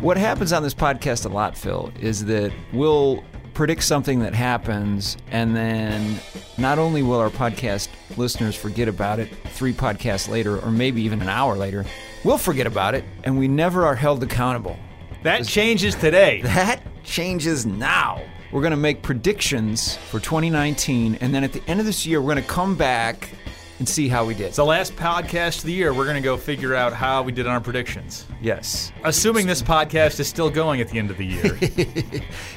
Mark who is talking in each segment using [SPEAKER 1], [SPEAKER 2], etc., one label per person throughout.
[SPEAKER 1] What happens on this podcast a lot, Phil, is that we'll predict something that happens, and then not only will our podcast listeners forget about it three podcasts later, or maybe even an hour later, we'll forget about it, and we never are held accountable.
[SPEAKER 2] That changes today.
[SPEAKER 1] That changes now. We're going to make predictions for 2019, and then at the end of this year, we're going to come back and see how we did.
[SPEAKER 2] It's the last podcast of the year. We're going to go figure out how we did on our predictions.
[SPEAKER 1] yes.
[SPEAKER 2] Assuming this podcast is still going at the end of the year.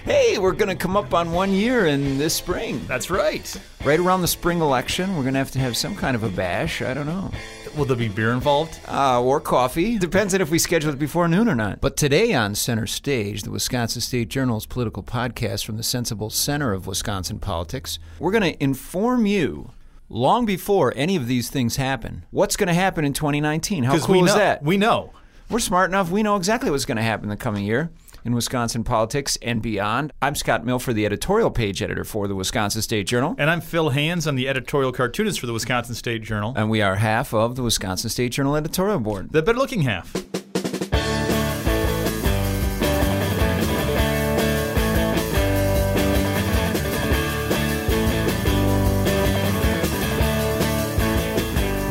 [SPEAKER 1] Hey, we're going to come up on one year in this spring.
[SPEAKER 2] That's right.
[SPEAKER 1] Right around the spring election, we're going to have to have some kind of a bash. I don't know.
[SPEAKER 2] Will there be beer involved?
[SPEAKER 1] uh, or coffee. Depends on if we schedule it before noon or not. But today on Center Stage, the Wisconsin State Journal's political podcast from the sensible center of Wisconsin politics, we're going to inform you long before any of these things happen what's going to happen in 2019. How cool
[SPEAKER 2] we know,
[SPEAKER 1] is that?
[SPEAKER 2] We know.
[SPEAKER 1] We're smart enough. We know exactly what's going to happen the coming year in Wisconsin politics and beyond. I'm Scott Milford, the editorial page editor for the Wisconsin State Journal.
[SPEAKER 2] And I'm Phil Hands. I'm the editorial cartoonist for the Wisconsin State Journal.
[SPEAKER 1] And we are half of the Wisconsin State Journal editorial board.
[SPEAKER 2] The better looking half.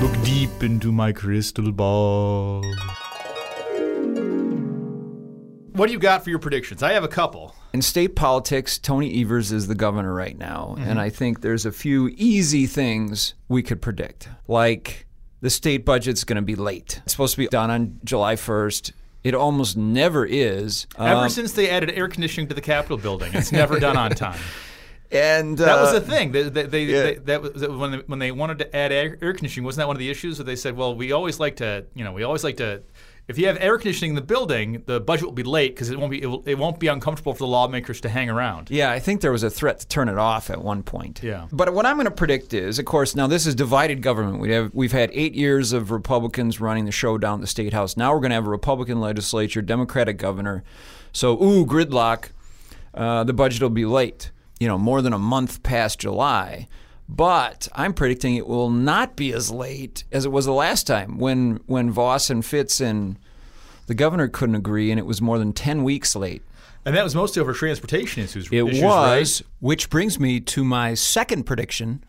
[SPEAKER 2] Look deep into my crystal ball. What do you got for your predictions? I have a couple.
[SPEAKER 1] In state politics, Tony Evers is the governor right now,
[SPEAKER 2] Mm-hmm.
[SPEAKER 1] and I think there's a few easy things we could predict. Like the state budget's going to be late. It's supposed to be done on July 1st. It almost never is.
[SPEAKER 2] Ever
[SPEAKER 1] Um,
[SPEAKER 2] since they added air conditioning to the Capitol building, it's never done on time.
[SPEAKER 1] and uh,
[SPEAKER 2] That was the thing. They, they, they, they, that was that when they, when they wanted to add air, air conditioning. Wasn't that one of the issues? Where they said, "Well, we always like to, you know, we always like to." If you have air conditioning in the building, the budget will be late because it won't be it, will, it won't be uncomfortable for the lawmakers to hang around.
[SPEAKER 1] yeah, I think there was a threat to turn it off at one point.
[SPEAKER 2] Yeah.
[SPEAKER 1] But what I'm going to predict is, of course, now this is divided government. We have we've had eight years of Republicans running the show down at the state house. Now we're going to have a Republican legislature, Democratic governor. So ooh, gridlock. Uh, the budget will be late. You know, more than a month past July. But I'm predicting it will not be as late as it was the last time when when Voss and Fitz and the governor couldn't agree, and it was more than ten weeks late.
[SPEAKER 2] And that was mostly over transportation issues.
[SPEAKER 1] It
[SPEAKER 2] issues, right?
[SPEAKER 1] was, which brings me to my second prediction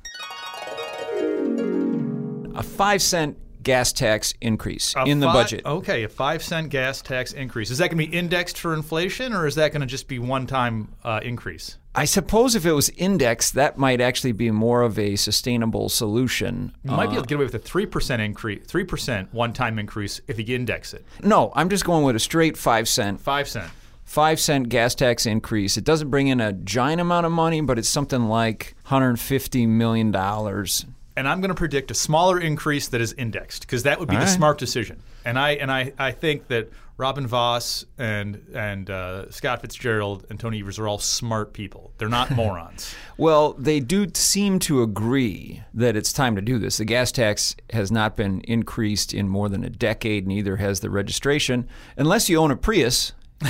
[SPEAKER 1] a five cent gas tax increase
[SPEAKER 2] A
[SPEAKER 1] in the
[SPEAKER 2] fi- oh.
[SPEAKER 1] budget.
[SPEAKER 2] Okay, a five cent gas tax increase. Is that going to be indexed for inflation, or is that going to just be one time uh, increase?
[SPEAKER 1] I suppose if it was indexed, that might actually be more of a sustainable solution.
[SPEAKER 2] You might be able to get away with a three percent increase, three percent one time increase if you index it.
[SPEAKER 1] No, I'm just going with a straight five cent,
[SPEAKER 2] Five cent.
[SPEAKER 1] five cent gas tax increase. It doesn't bring in a giant amount of money, but it's something like 150 million dollars.
[SPEAKER 2] and I'm going to predict a smaller increase that is indexed because that would be the
[SPEAKER 1] right.
[SPEAKER 2] smart decision. And I and I, I think that Robin Voss and and uh, Scott Fitzgerald and Tony Evers are all smart people. They're not morons.
[SPEAKER 1] Well, they do seem to agree that it's time to do this. The gas tax has not been increased in more than a decade, neither has the registration, unless you own a Prius,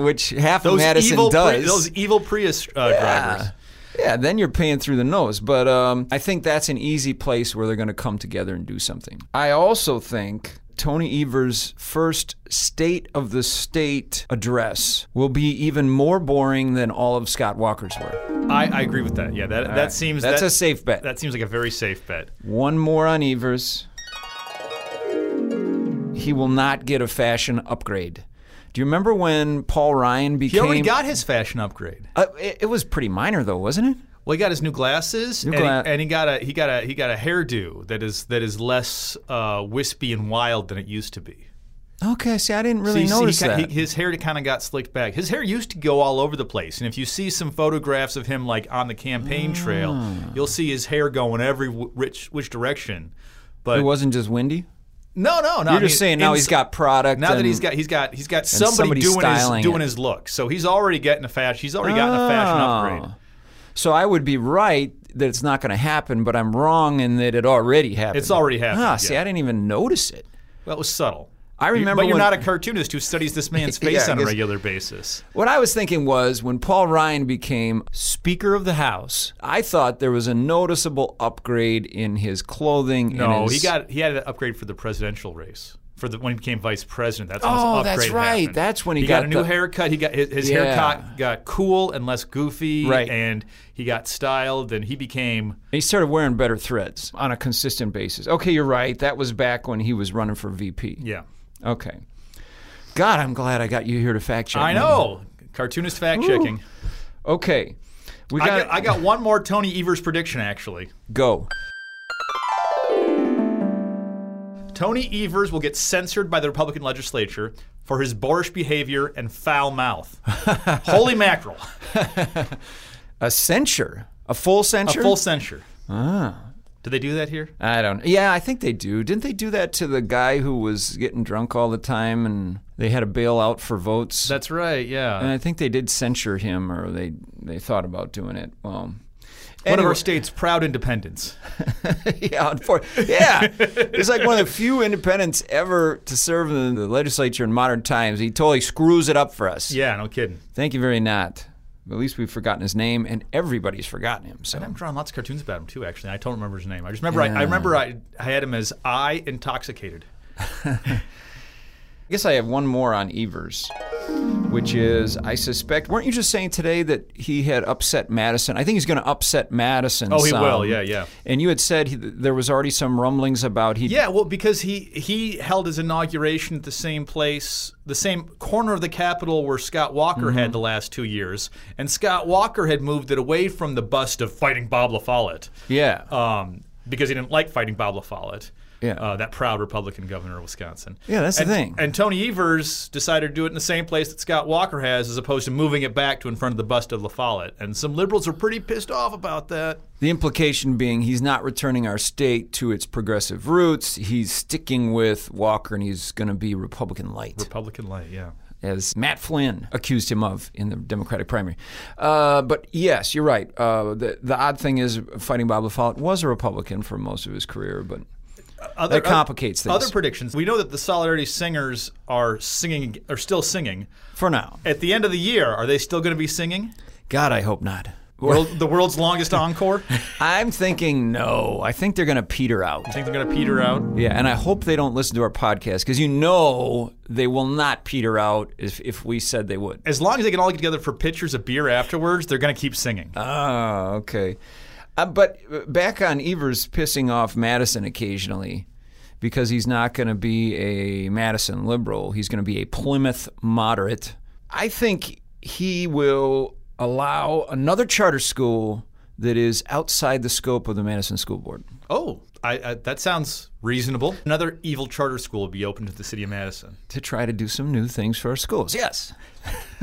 [SPEAKER 1] which half of Madison
[SPEAKER 2] evil Pri-
[SPEAKER 1] does.
[SPEAKER 2] those evil Prius uh, drivers.
[SPEAKER 1] yeah, then you're paying through the nose. But um, I think that's an easy place where they're going to come together and do something. I also think Tony Evers' first State of the State address will be even more boring than all of Scott Walker's were.
[SPEAKER 2] I, I agree with that. Yeah, that that seems
[SPEAKER 1] That's
[SPEAKER 2] that,
[SPEAKER 1] a safe bet.
[SPEAKER 2] That seems like a very safe bet.
[SPEAKER 1] One more on Evers. He will not get a fashion upgrade. Do you remember when Paul Ryan
[SPEAKER 2] He
[SPEAKER 1] became?
[SPEAKER 2] already got his fashion upgrade.
[SPEAKER 1] Uh, it, it was pretty minor though, wasn't it?
[SPEAKER 2] Well, he got his new glasses, and,
[SPEAKER 1] gla-
[SPEAKER 2] he, and he got a he got a he got a hairdo that is that is less uh, wispy and wild than it used to be.
[SPEAKER 1] Okay, see, I didn't really
[SPEAKER 2] See, see,
[SPEAKER 1] notice
[SPEAKER 2] he, ki-
[SPEAKER 1] that.
[SPEAKER 2] he- his hair kind of got slicked back. His hair used to go all over the place, and if you see some photographs of him like on the campaign trail,
[SPEAKER 1] Mm.
[SPEAKER 2] you'll see his hair going every w- which which direction. But
[SPEAKER 1] it wasn't just windy.
[SPEAKER 2] no, no, no.
[SPEAKER 1] You're just saying now he's got product.
[SPEAKER 2] Now that
[SPEAKER 1] and-
[SPEAKER 2] he's got he's got he's got somebody
[SPEAKER 1] somebody's
[SPEAKER 2] doing his
[SPEAKER 1] styling
[SPEAKER 2] doing
[SPEAKER 1] it. Oh.
[SPEAKER 2] his look. So he's already getting a fashion. He's already gotten a fashion upgrade.
[SPEAKER 1] So I would be right that it's not going to happen, but I'm wrong in that it already happened.
[SPEAKER 2] It's already happened,
[SPEAKER 1] Ah,
[SPEAKER 2] yeah.
[SPEAKER 1] see, I didn't even notice it.
[SPEAKER 2] That was subtle.
[SPEAKER 1] I
[SPEAKER 2] You-
[SPEAKER 1] remember
[SPEAKER 2] but you're
[SPEAKER 1] when-
[SPEAKER 2] not a cartoonist who studies this man's
[SPEAKER 1] Yeah,
[SPEAKER 2] face
[SPEAKER 1] I
[SPEAKER 2] on a
[SPEAKER 1] guess-
[SPEAKER 2] regular basis.
[SPEAKER 1] What I was thinking was when Paul Ryan became Speaker of the House, I thought there was a noticeable upgrade in his clothing. and
[SPEAKER 2] No, he
[SPEAKER 1] his-
[SPEAKER 2] got he had an upgrade for the presidential race. for the when he became vice president. That's when his
[SPEAKER 1] Oh,
[SPEAKER 2] upgrade
[SPEAKER 1] that's right.
[SPEAKER 2] happened.
[SPEAKER 1] That's when he,
[SPEAKER 2] he got, a new
[SPEAKER 1] the-
[SPEAKER 2] haircut. He got his, his
[SPEAKER 1] Yeah.
[SPEAKER 2] haircut got cool and less goofy,
[SPEAKER 1] Right.
[SPEAKER 2] And he got styled, and he became
[SPEAKER 1] He started wearing better threads on a consistent basis. Okay, you're right. That was back when he was running for VP.
[SPEAKER 2] yeah.
[SPEAKER 1] Okay. God, I'm glad I got you here to fact check.
[SPEAKER 2] I
[SPEAKER 1] me.
[SPEAKER 2] know, cartoonist fact checking.
[SPEAKER 1] Okay. We
[SPEAKER 2] I
[SPEAKER 1] got,
[SPEAKER 2] got, I got one more Tony Evers prediction actually.
[SPEAKER 1] go.
[SPEAKER 2] Tony Evers will get censored by the Republican legislature for his boorish behavior and foul mouth. Holy mackerel!
[SPEAKER 1] A censure. A full
[SPEAKER 2] A
[SPEAKER 1] censure?
[SPEAKER 2] full censure.
[SPEAKER 1] Ah.
[SPEAKER 2] Did they do that here?
[SPEAKER 1] I don't Yeah, I think they do. Didn't they do that to the guy who was getting drunk all the time and they had a bailout for votes?
[SPEAKER 2] That's right. Yeah.
[SPEAKER 1] and I think they did censure him or they, they thought about doing it. Well,
[SPEAKER 2] One of
[SPEAKER 1] anyway.
[SPEAKER 2] our state's proud independence.
[SPEAKER 1] yeah, unfor- yeah. It's like one of the few independents ever to serve in the legislature in modern times. He totally screws it up for us.
[SPEAKER 2] Yeah, no kidding.
[SPEAKER 1] Thank you very not. At least we've forgotten his name, and everybody's forgotten him. So
[SPEAKER 2] I'm drawing lots of cartoons about him too. Actually, I don't remember his name. I just remember I, I remember I, I had him as I intoxicated.
[SPEAKER 1] I guess I have one more on Evers, which is I suspect. Weren't you just saying today that he had upset Madison? I think he's going to upset Madison.
[SPEAKER 2] Oh, he
[SPEAKER 1] some.
[SPEAKER 2] will. Yeah, yeah.
[SPEAKER 1] And you had said he, there was already some rumblings about he.
[SPEAKER 2] Yeah, well, because he he held his inauguration at the same place, the same corner of the Capitol where Scott Walker had the last two years, and Scott Walker had moved it away from the bust of fighting Bob La Follette,
[SPEAKER 1] Yeah.
[SPEAKER 2] um, because he didn't like fighting Bob La Follette.
[SPEAKER 1] Yeah.
[SPEAKER 2] Uh, that proud Republican governor of Wisconsin.
[SPEAKER 1] Yeah, that's the
[SPEAKER 2] and,
[SPEAKER 1] thing.
[SPEAKER 2] And Tony Evers decided to do it in the same place that Scott Walker has, as opposed to moving it back to in front of the bust of La Follette. And some liberals are pretty pissed off about that.
[SPEAKER 1] The implication being he's not returning our state to its progressive roots. He's sticking with Walker and he's going to be Republican light,
[SPEAKER 2] Republican light, yeah.
[SPEAKER 1] as Matt Flynn accused him of in the Democratic primary. Uh, but yes, you're right. Uh, the, the odd thing is, fighting Bob LaFollette was a Republican for most of his career, but
[SPEAKER 2] Other,
[SPEAKER 1] That complicates things.
[SPEAKER 2] Other predictions. We know that the Solidarity Singers are singing, are still singing.
[SPEAKER 1] for now.
[SPEAKER 2] At the end of the year, are they still going to be singing?
[SPEAKER 1] God, I hope not.
[SPEAKER 2] World, the world's longest encore. I
[SPEAKER 1] I'm thinking no. I think they're going to peter out.
[SPEAKER 2] think they're going to peter out.
[SPEAKER 1] Yeah, and I hope they don't listen to our podcast because you know they will not peter out if, if we said they would.
[SPEAKER 2] As long as they can all get together for pitchers of beer afterwards, they're going to keep singing.
[SPEAKER 1] Ah, okay. Uh, but uh, back on Evers pissing off Madison occasionally because he's not going to be a Madison liberal. He's going to be a Plymouth moderate. I think he will allow another charter school that is outside the scope of the Madison School Board.
[SPEAKER 2] oh, I, I, that sounds reasonable. Another evil charter school will be open to the city of Madison.
[SPEAKER 1] to try to do some new things for our schools. Yes,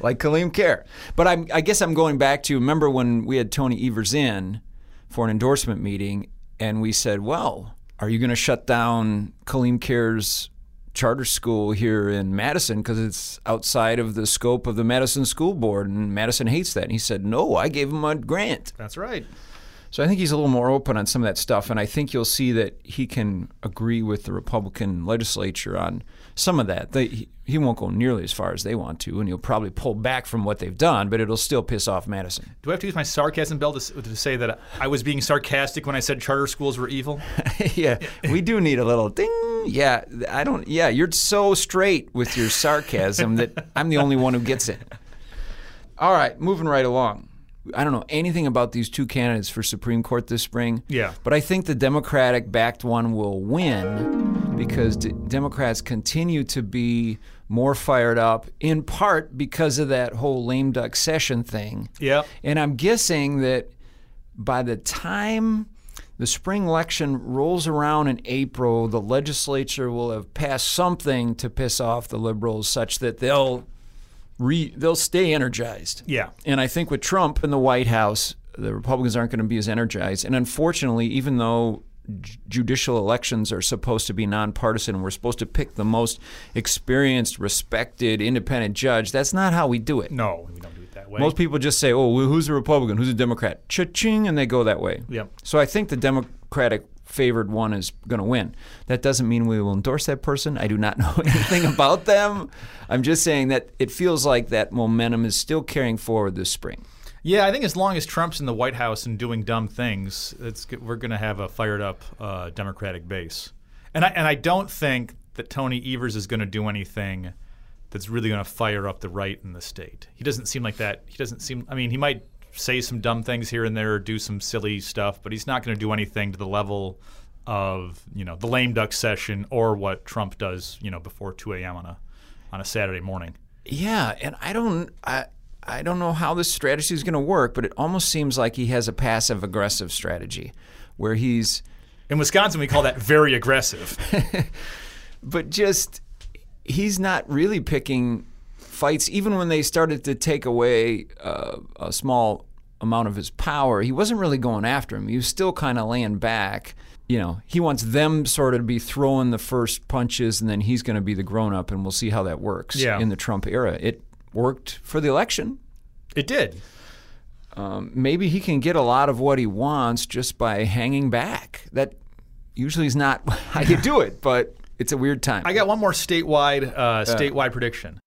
[SPEAKER 1] like Kaleem Care. But I'm, I guess I'm going back to remember when we had Tony Evers in for an endorsement meeting, and we said, "Well, are you going to shut down Kaleem Care's charter school here in Madison because it's outside of the scope of the Madison School Board, and Madison hates that?" And he said, "No, I gave him a grant."
[SPEAKER 2] That's right.
[SPEAKER 1] So I think he's a little more open on some of that stuff, and I think you'll see that he can agree with the Republican legislature on some of that. They, he- he won't go nearly as far as they want to, and he'll probably pull back from what they've done, but it'll still piss off Madison.
[SPEAKER 2] Do I have to use my sarcasm bell to, s- to say that I was being sarcastic when I said charter schools were evil?
[SPEAKER 1] yeah, we do need a little ding. Yeah, I don't. Yeah, you're so straight with your sarcasm that I'm the only one who gets it. All right, moving right along. I don't know anything about these two candidates for Supreme Court this spring.
[SPEAKER 2] Yeah.
[SPEAKER 1] But I think the Democratic backed one will win because d- Democrats continue to be more fired up, in part because of that whole lame duck session thing.
[SPEAKER 2] Yep.
[SPEAKER 1] And I'm guessing that by the time the spring election rolls around in April, the legislature will have passed something to piss off the liberals such that they'll re- they'll stay energized.
[SPEAKER 2] Yeah.
[SPEAKER 1] And I think with Trump in the White House, the Republicans aren't going to be as energized. And unfortunately, even though ju- judicial elections are supposed to be nonpartisan, we're supposed to pick the most experienced, respected, independent judge. That's not how we do it.
[SPEAKER 2] No, we don't do it that way.
[SPEAKER 1] Most people just say, "Oh, well, who's a Republican? Who's a Democrat?" Cha-ching, and they go that way.
[SPEAKER 2] Yep.
[SPEAKER 1] So I think the Democratic favored one is going to win. That doesn't mean we will endorse that person. I do not know anything about them. I'm just saying that it feels like that momentum is still carrying forward this spring.
[SPEAKER 2] Yeah, I think as long as Trump's in the White House and doing dumb things, it's, we're going to have a fired up uh, Democratic base. And I, and I don't think that Tony Evers is going to do anything that's really going to fire up the right in the state. He doesn't seem like that. He doesn't seem. I mean, he might say some dumb things here and there or do some silly stuff, but he's not going to do anything to the level of you know the lame duck session or what Trump does you know before 2 a.m. on a on a Saturday morning.
[SPEAKER 1] Yeah, and I don't I I don't know how this strategy is going to work, but it almost seems like he has a passive aggressive strategy where he's
[SPEAKER 2] in Wisconsin we call that very aggressive.
[SPEAKER 1] but just he's not really picking fights even when they started to take away uh, a small amount of his power. He wasn't really going after him. He was still kind of laying back you know, he wants them sort of to be throwing the first punches and then he's going to be the grown up and we'll see how that works
[SPEAKER 2] Yeah.
[SPEAKER 1] in the Trump era. It worked for the election.
[SPEAKER 2] It did.
[SPEAKER 1] Um, maybe he can get a lot of what he wants just by hanging back. That usually is not how you do it, but it's a weird time.
[SPEAKER 2] I got one more statewide uh, statewide prediction.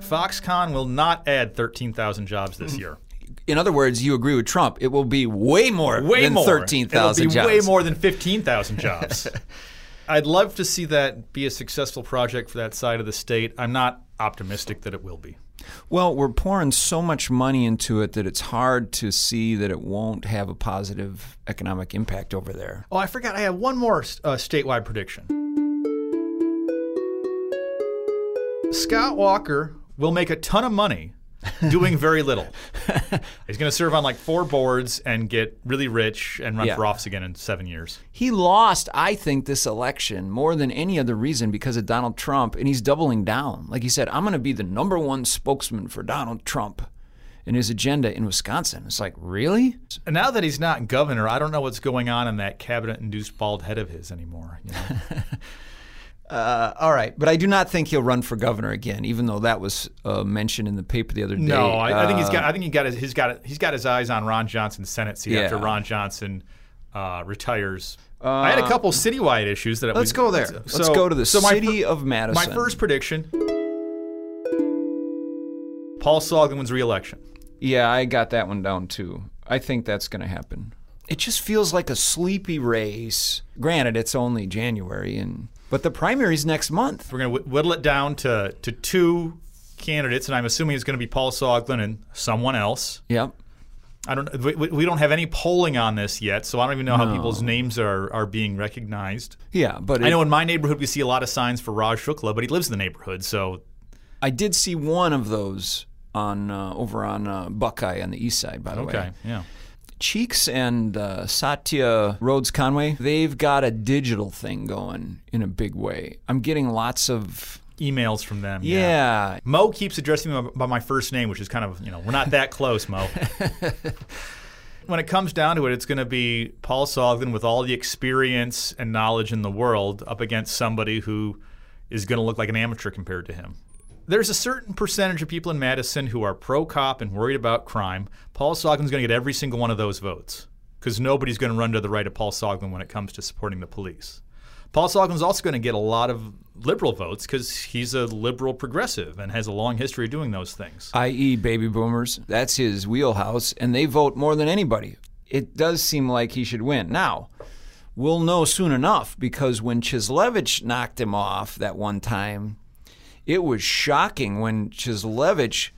[SPEAKER 2] Foxconn will not add 13,000 jobs this year.
[SPEAKER 1] in other words, you agree with Trump. It will be way more
[SPEAKER 2] Way
[SPEAKER 1] than
[SPEAKER 2] more.
[SPEAKER 1] 13,000
[SPEAKER 2] It'll
[SPEAKER 1] jobs.
[SPEAKER 2] be way more than 15,000 jobs. I'd love to see that be a successful project for that side of the state. I'm not optimistic that it will be.
[SPEAKER 1] Well, we're pouring so much money into it that it's hard to see that it won't have a positive economic impact over there.
[SPEAKER 2] Oh, I forgot. I have one more uh, statewide prediction. Scott Walker will make a ton of money doing very little. He's going to serve on like four boards and get really rich and run
[SPEAKER 1] Yeah.
[SPEAKER 2] for office again in seven years.
[SPEAKER 1] He lost, I think, this election more than any other reason because of Donald Trump, and he's doubling down. Like he said, I'm going to be the number one spokesman for Donald Trump and his agenda in Wisconsin. It's like, really?
[SPEAKER 2] And now that he's not governor, I don't know what's going on in that cabinet induced bald head of his anymore. you know?
[SPEAKER 1] Uh, all right. But I do not think he'll run for governor again, even though that was uh, mentioned in the paper the other day.
[SPEAKER 2] No, I, I think he's got.
[SPEAKER 1] uh,
[SPEAKER 2] I think he got. His, he's got. He's got his eyes on Ron Johnson's Senate seat after
[SPEAKER 1] Yeah.
[SPEAKER 2] Ron Johnson uh, retires. I had a couple citywide issues that
[SPEAKER 1] Uh, Let's go there. Let's go to the city of Madison.
[SPEAKER 2] My first prediction: Paul Solomon reelection.
[SPEAKER 1] Yeah, I got that one down too. I think that's going to happen. It just feels like a sleepy race. Granted, it's only January, and but the primary's next month.
[SPEAKER 2] We're going to whittle it down to to two candidates, and I'm assuming it's going to be Paul Soglin and someone else.
[SPEAKER 1] Yep.
[SPEAKER 2] I don't. We, we don't have any polling on this yet, so I don't even know how people's names are are being recognized.
[SPEAKER 1] Yeah, but
[SPEAKER 2] I
[SPEAKER 1] it-
[SPEAKER 2] know in my neighborhood we see a lot of signs for Raj Shukla, but he lives in the neighborhood, so
[SPEAKER 1] I did see one of those on uh, over on uh, Buckeye on the east side. By the way,
[SPEAKER 2] yeah.
[SPEAKER 1] Cheeks and uh, Satya Rhodes Conway, they've got a digital thing going in a big way. I'm getting lots of
[SPEAKER 2] Emails from them.
[SPEAKER 1] yeah.
[SPEAKER 2] Mo keeps addressing me by my first name, which is kind of you know we're not that close, Mo. when it comes down to it, it's going to be Paul Sullivan with all the experience and knowledge in the world up against somebody who is going to look like an amateur compared to him. There's a certain percentage of people in Madison who are pro cop and worried about crime. Paul Soglin's going to get every single one of those votes because nobody's going to run to the right of Paul Soglin when it comes to supporting the police. Paul Soglin's also going to get a lot of liberal votes because he's a liberal progressive and has a long history of doing those things.
[SPEAKER 1] i.e., E baby boomers. That's his wheelhouse, and they vote more than anybody. It does seem like he should win. Now, we'll know soon enough because when Chislevich knocked him off that one time, it was shocking when Chislevich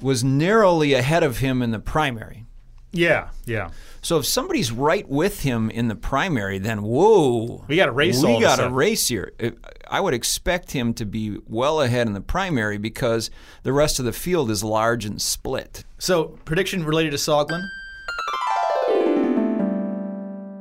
[SPEAKER 1] was narrowly ahead of him in the primary.
[SPEAKER 2] Yeah, yeah.
[SPEAKER 1] So if somebody's right with him in the primary, then whoa,
[SPEAKER 2] We got a race all
[SPEAKER 1] We
[SPEAKER 2] of a
[SPEAKER 1] got a
[SPEAKER 2] sudden.
[SPEAKER 1] race here. It- I would expect him to be well ahead in the primary because the rest of the field is large and split.
[SPEAKER 2] So, prediction related to Soglin.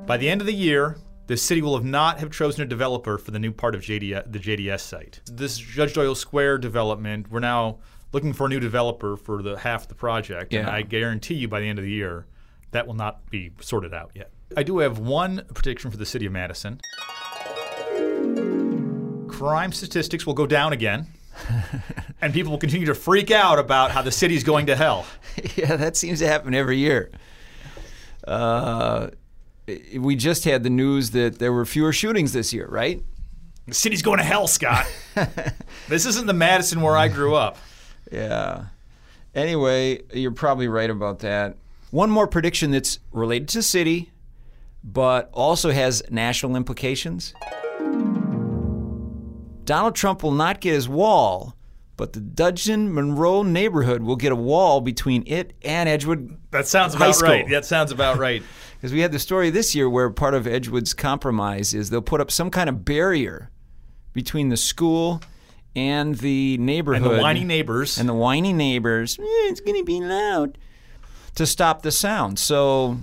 [SPEAKER 2] By the end of the year, the city will have not have chosen a developer for the new part of JD, the JDS site. This Judge Doyle Square development, we're now looking for a new developer for the half the project, and
[SPEAKER 1] Yeah.
[SPEAKER 2] I guarantee you by the end of the year, that will not be sorted out yet. I do have one prediction for the city of Madison. Crime statistics will go down again, and people will continue to freak out about how the city's going to hell.
[SPEAKER 1] yeah, that seems to happen every year. Uh, i- we just had the news that there were fewer shootings this year, right?
[SPEAKER 2] The city's going to hell, Scott. this isn't the Madison where I grew up.
[SPEAKER 1] Yeah. Anyway, you're probably right about that. One more prediction that's related to city. but also has national implications. Donald Trump will not get his wall, but the Dudgeon Monroe neighborhood will get a wall between it and Edgewood
[SPEAKER 2] That sounds
[SPEAKER 1] High
[SPEAKER 2] about
[SPEAKER 1] school.
[SPEAKER 2] right. That sounds about right.
[SPEAKER 1] Because we had the story this year where part of Edgewood's compromise is they'll put up some kind of barrier between the school and the neighborhood.
[SPEAKER 2] And the whiny neighbors.
[SPEAKER 1] And the whiny neighbors. "Eh, It's going to be loud. To stop the sound. So,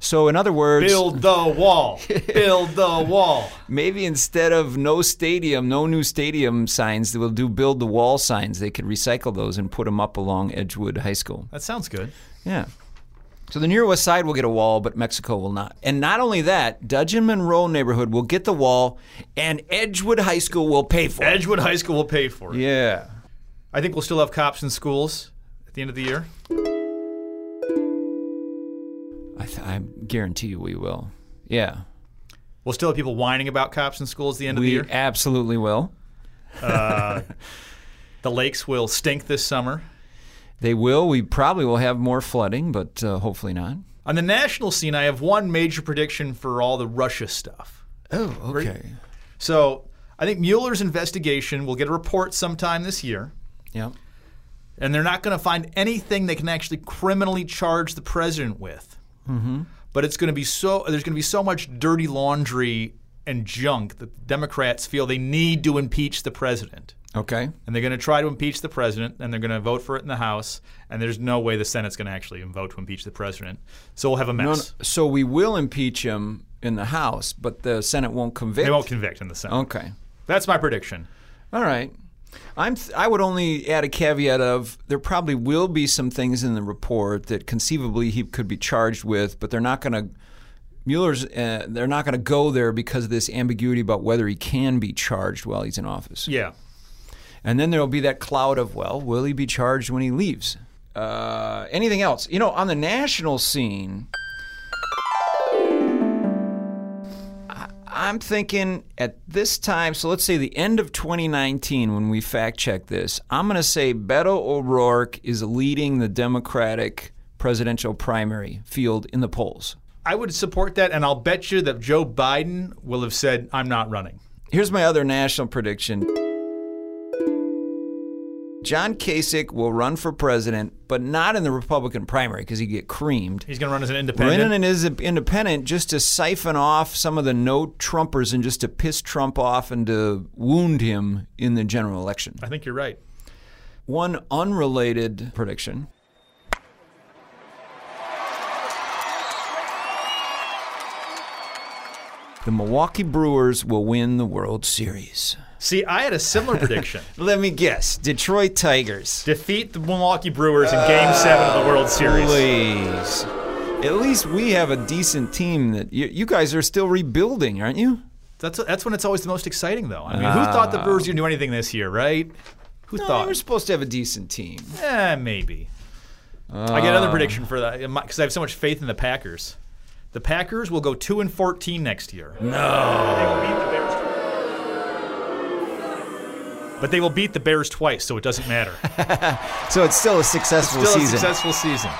[SPEAKER 1] so in other words,
[SPEAKER 2] Build the wall. Build the wall.
[SPEAKER 1] maybe instead of no stadium, no new stadium signs, they will do build the wall signs. They could recycle those and put them up along Edgewood High School.
[SPEAKER 2] That sounds good.
[SPEAKER 1] Yeah. So the near west side will get a wall, but Mexico will not. And not only that, Dudgeon Monroe neighborhood will get the wall, and Edgewood High School will pay for it.
[SPEAKER 2] Edgewood High School will pay for it.
[SPEAKER 1] Yeah.
[SPEAKER 2] I think we'll still have cops in schools at the end of the year.
[SPEAKER 1] I, th- I guarantee you we will. Yeah.
[SPEAKER 2] We'll still have people whining about cops in schools at the end of the
[SPEAKER 1] We
[SPEAKER 2] year.
[SPEAKER 1] absolutely will.
[SPEAKER 2] The lakes will stink this summer.
[SPEAKER 1] They will. We probably will have more flooding, but uh, hopefully not.
[SPEAKER 2] On the national scene, I have one major prediction for all the Russia stuff.
[SPEAKER 1] Oh, okay.
[SPEAKER 2] So I think Mueller's investigation will get a report sometime this year,
[SPEAKER 1] Yeah.
[SPEAKER 2] and they're not going to find anything they can actually criminally charge the president with.
[SPEAKER 1] Mm-hmm.
[SPEAKER 2] But it's going to be so there's going to be so much dirty laundry and junk that the Democrats feel they need to impeach the president.
[SPEAKER 1] Okay.
[SPEAKER 2] And they're going to try to impeach the president, and they're going to vote for it in the House. And there's no way the Senate's going to actually vote to impeach the president. So we'll have a mess.
[SPEAKER 1] No, no. So we will impeach him in the House, but the Senate won't convict.
[SPEAKER 2] They won't convict in the Senate.
[SPEAKER 1] Okay.
[SPEAKER 2] That's my prediction.
[SPEAKER 1] All right. I'm th- I would only add a caveat of there probably will be some things in the report that conceivably he could be charged with, but they're not going to Mueller's uh, they're not going to go there because of this ambiguity about whether he can be charged while he's in office.
[SPEAKER 2] Yeah.
[SPEAKER 1] And then there'll be that cloud of, well, will he be charged when he leaves? Uh, anything else? You know, on the national scene, I- I'm thinking at this time, so let's say the end of 2019 when we fact check this, I'm going to say Beto O'Rourke is leading the Democratic presidential primary field in the polls.
[SPEAKER 2] I would support that, and I'll bet you that Joe Biden will have said, I'm not running.
[SPEAKER 1] Here's my other national prediction. John Kasich will run for president, but not in the Republican primary because he'd get creamed.
[SPEAKER 2] He's going to run as an independent.
[SPEAKER 1] Brennan is an independent just to siphon off some of the no Trumpers and just to piss Trump off and to wound him in the general election.
[SPEAKER 2] I think you're right.
[SPEAKER 1] One unrelated prediction. The Milwaukee Brewers will win the World Series.
[SPEAKER 2] See, I had a similar prediction
[SPEAKER 1] Let me guess. Detroit Tigers.
[SPEAKER 2] defeat the Milwaukee Brewers in game seven of the World Series.
[SPEAKER 1] Please. At least we have a decent team that you, you guys are still rebuilding, aren't you?
[SPEAKER 2] That's, that's when it's always the most exciting, though. I mean, who thought the Brewers could do anything this year, right? Who
[SPEAKER 1] No,
[SPEAKER 2] thought?
[SPEAKER 1] we're supposed to have a decent team.
[SPEAKER 2] Eh, maybe.
[SPEAKER 1] Uh,
[SPEAKER 2] I get another prediction for that because I have so much faith in the Packers. The Packers will go two and fourteen next year. No. But they will beat the Bears twice, so it doesn't matter.
[SPEAKER 1] So it's still a successful
[SPEAKER 2] Still a
[SPEAKER 1] season.
[SPEAKER 2] successful season.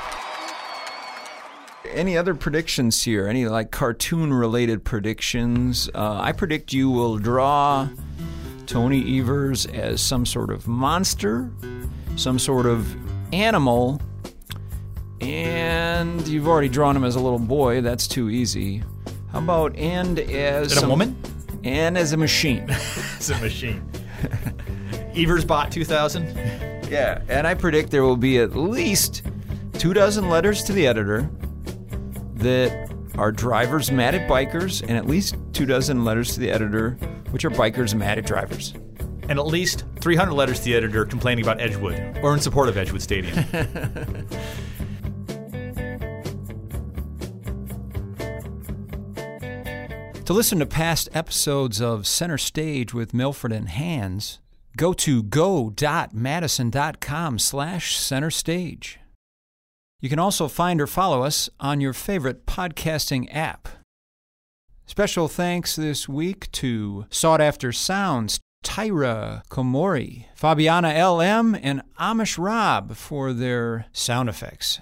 [SPEAKER 1] Any other predictions here? Any like cartoon related predictions? Uh, I predict you will draw Tony Evers as some sort of monster, some sort of animal, and you've already drawn him as a little boy. That's too easy. How about and as
[SPEAKER 2] And a
[SPEAKER 1] some-
[SPEAKER 2] woman?
[SPEAKER 1] and as a machine?
[SPEAKER 2] It's a machine. Evers bought 2000.
[SPEAKER 1] yeah, and I predict there will be at least two dozen letters to the editor that are drivers mad at bikers, and at least two dozen letters to the editor, which are bikers mad at drivers.
[SPEAKER 2] And at least 300 letters to the editor complaining about Edgewood or in support of Edgewood Stadium.
[SPEAKER 1] To listen to past episodes of Center Stage with Milford and Hands, go to go.madison.com slash center stage. You can also find or follow us on your favorite podcasting app. Special thanks this week to Sought After Sounds, Tyra Komori, Fabiana LM, and Amish Rob for their sound effects.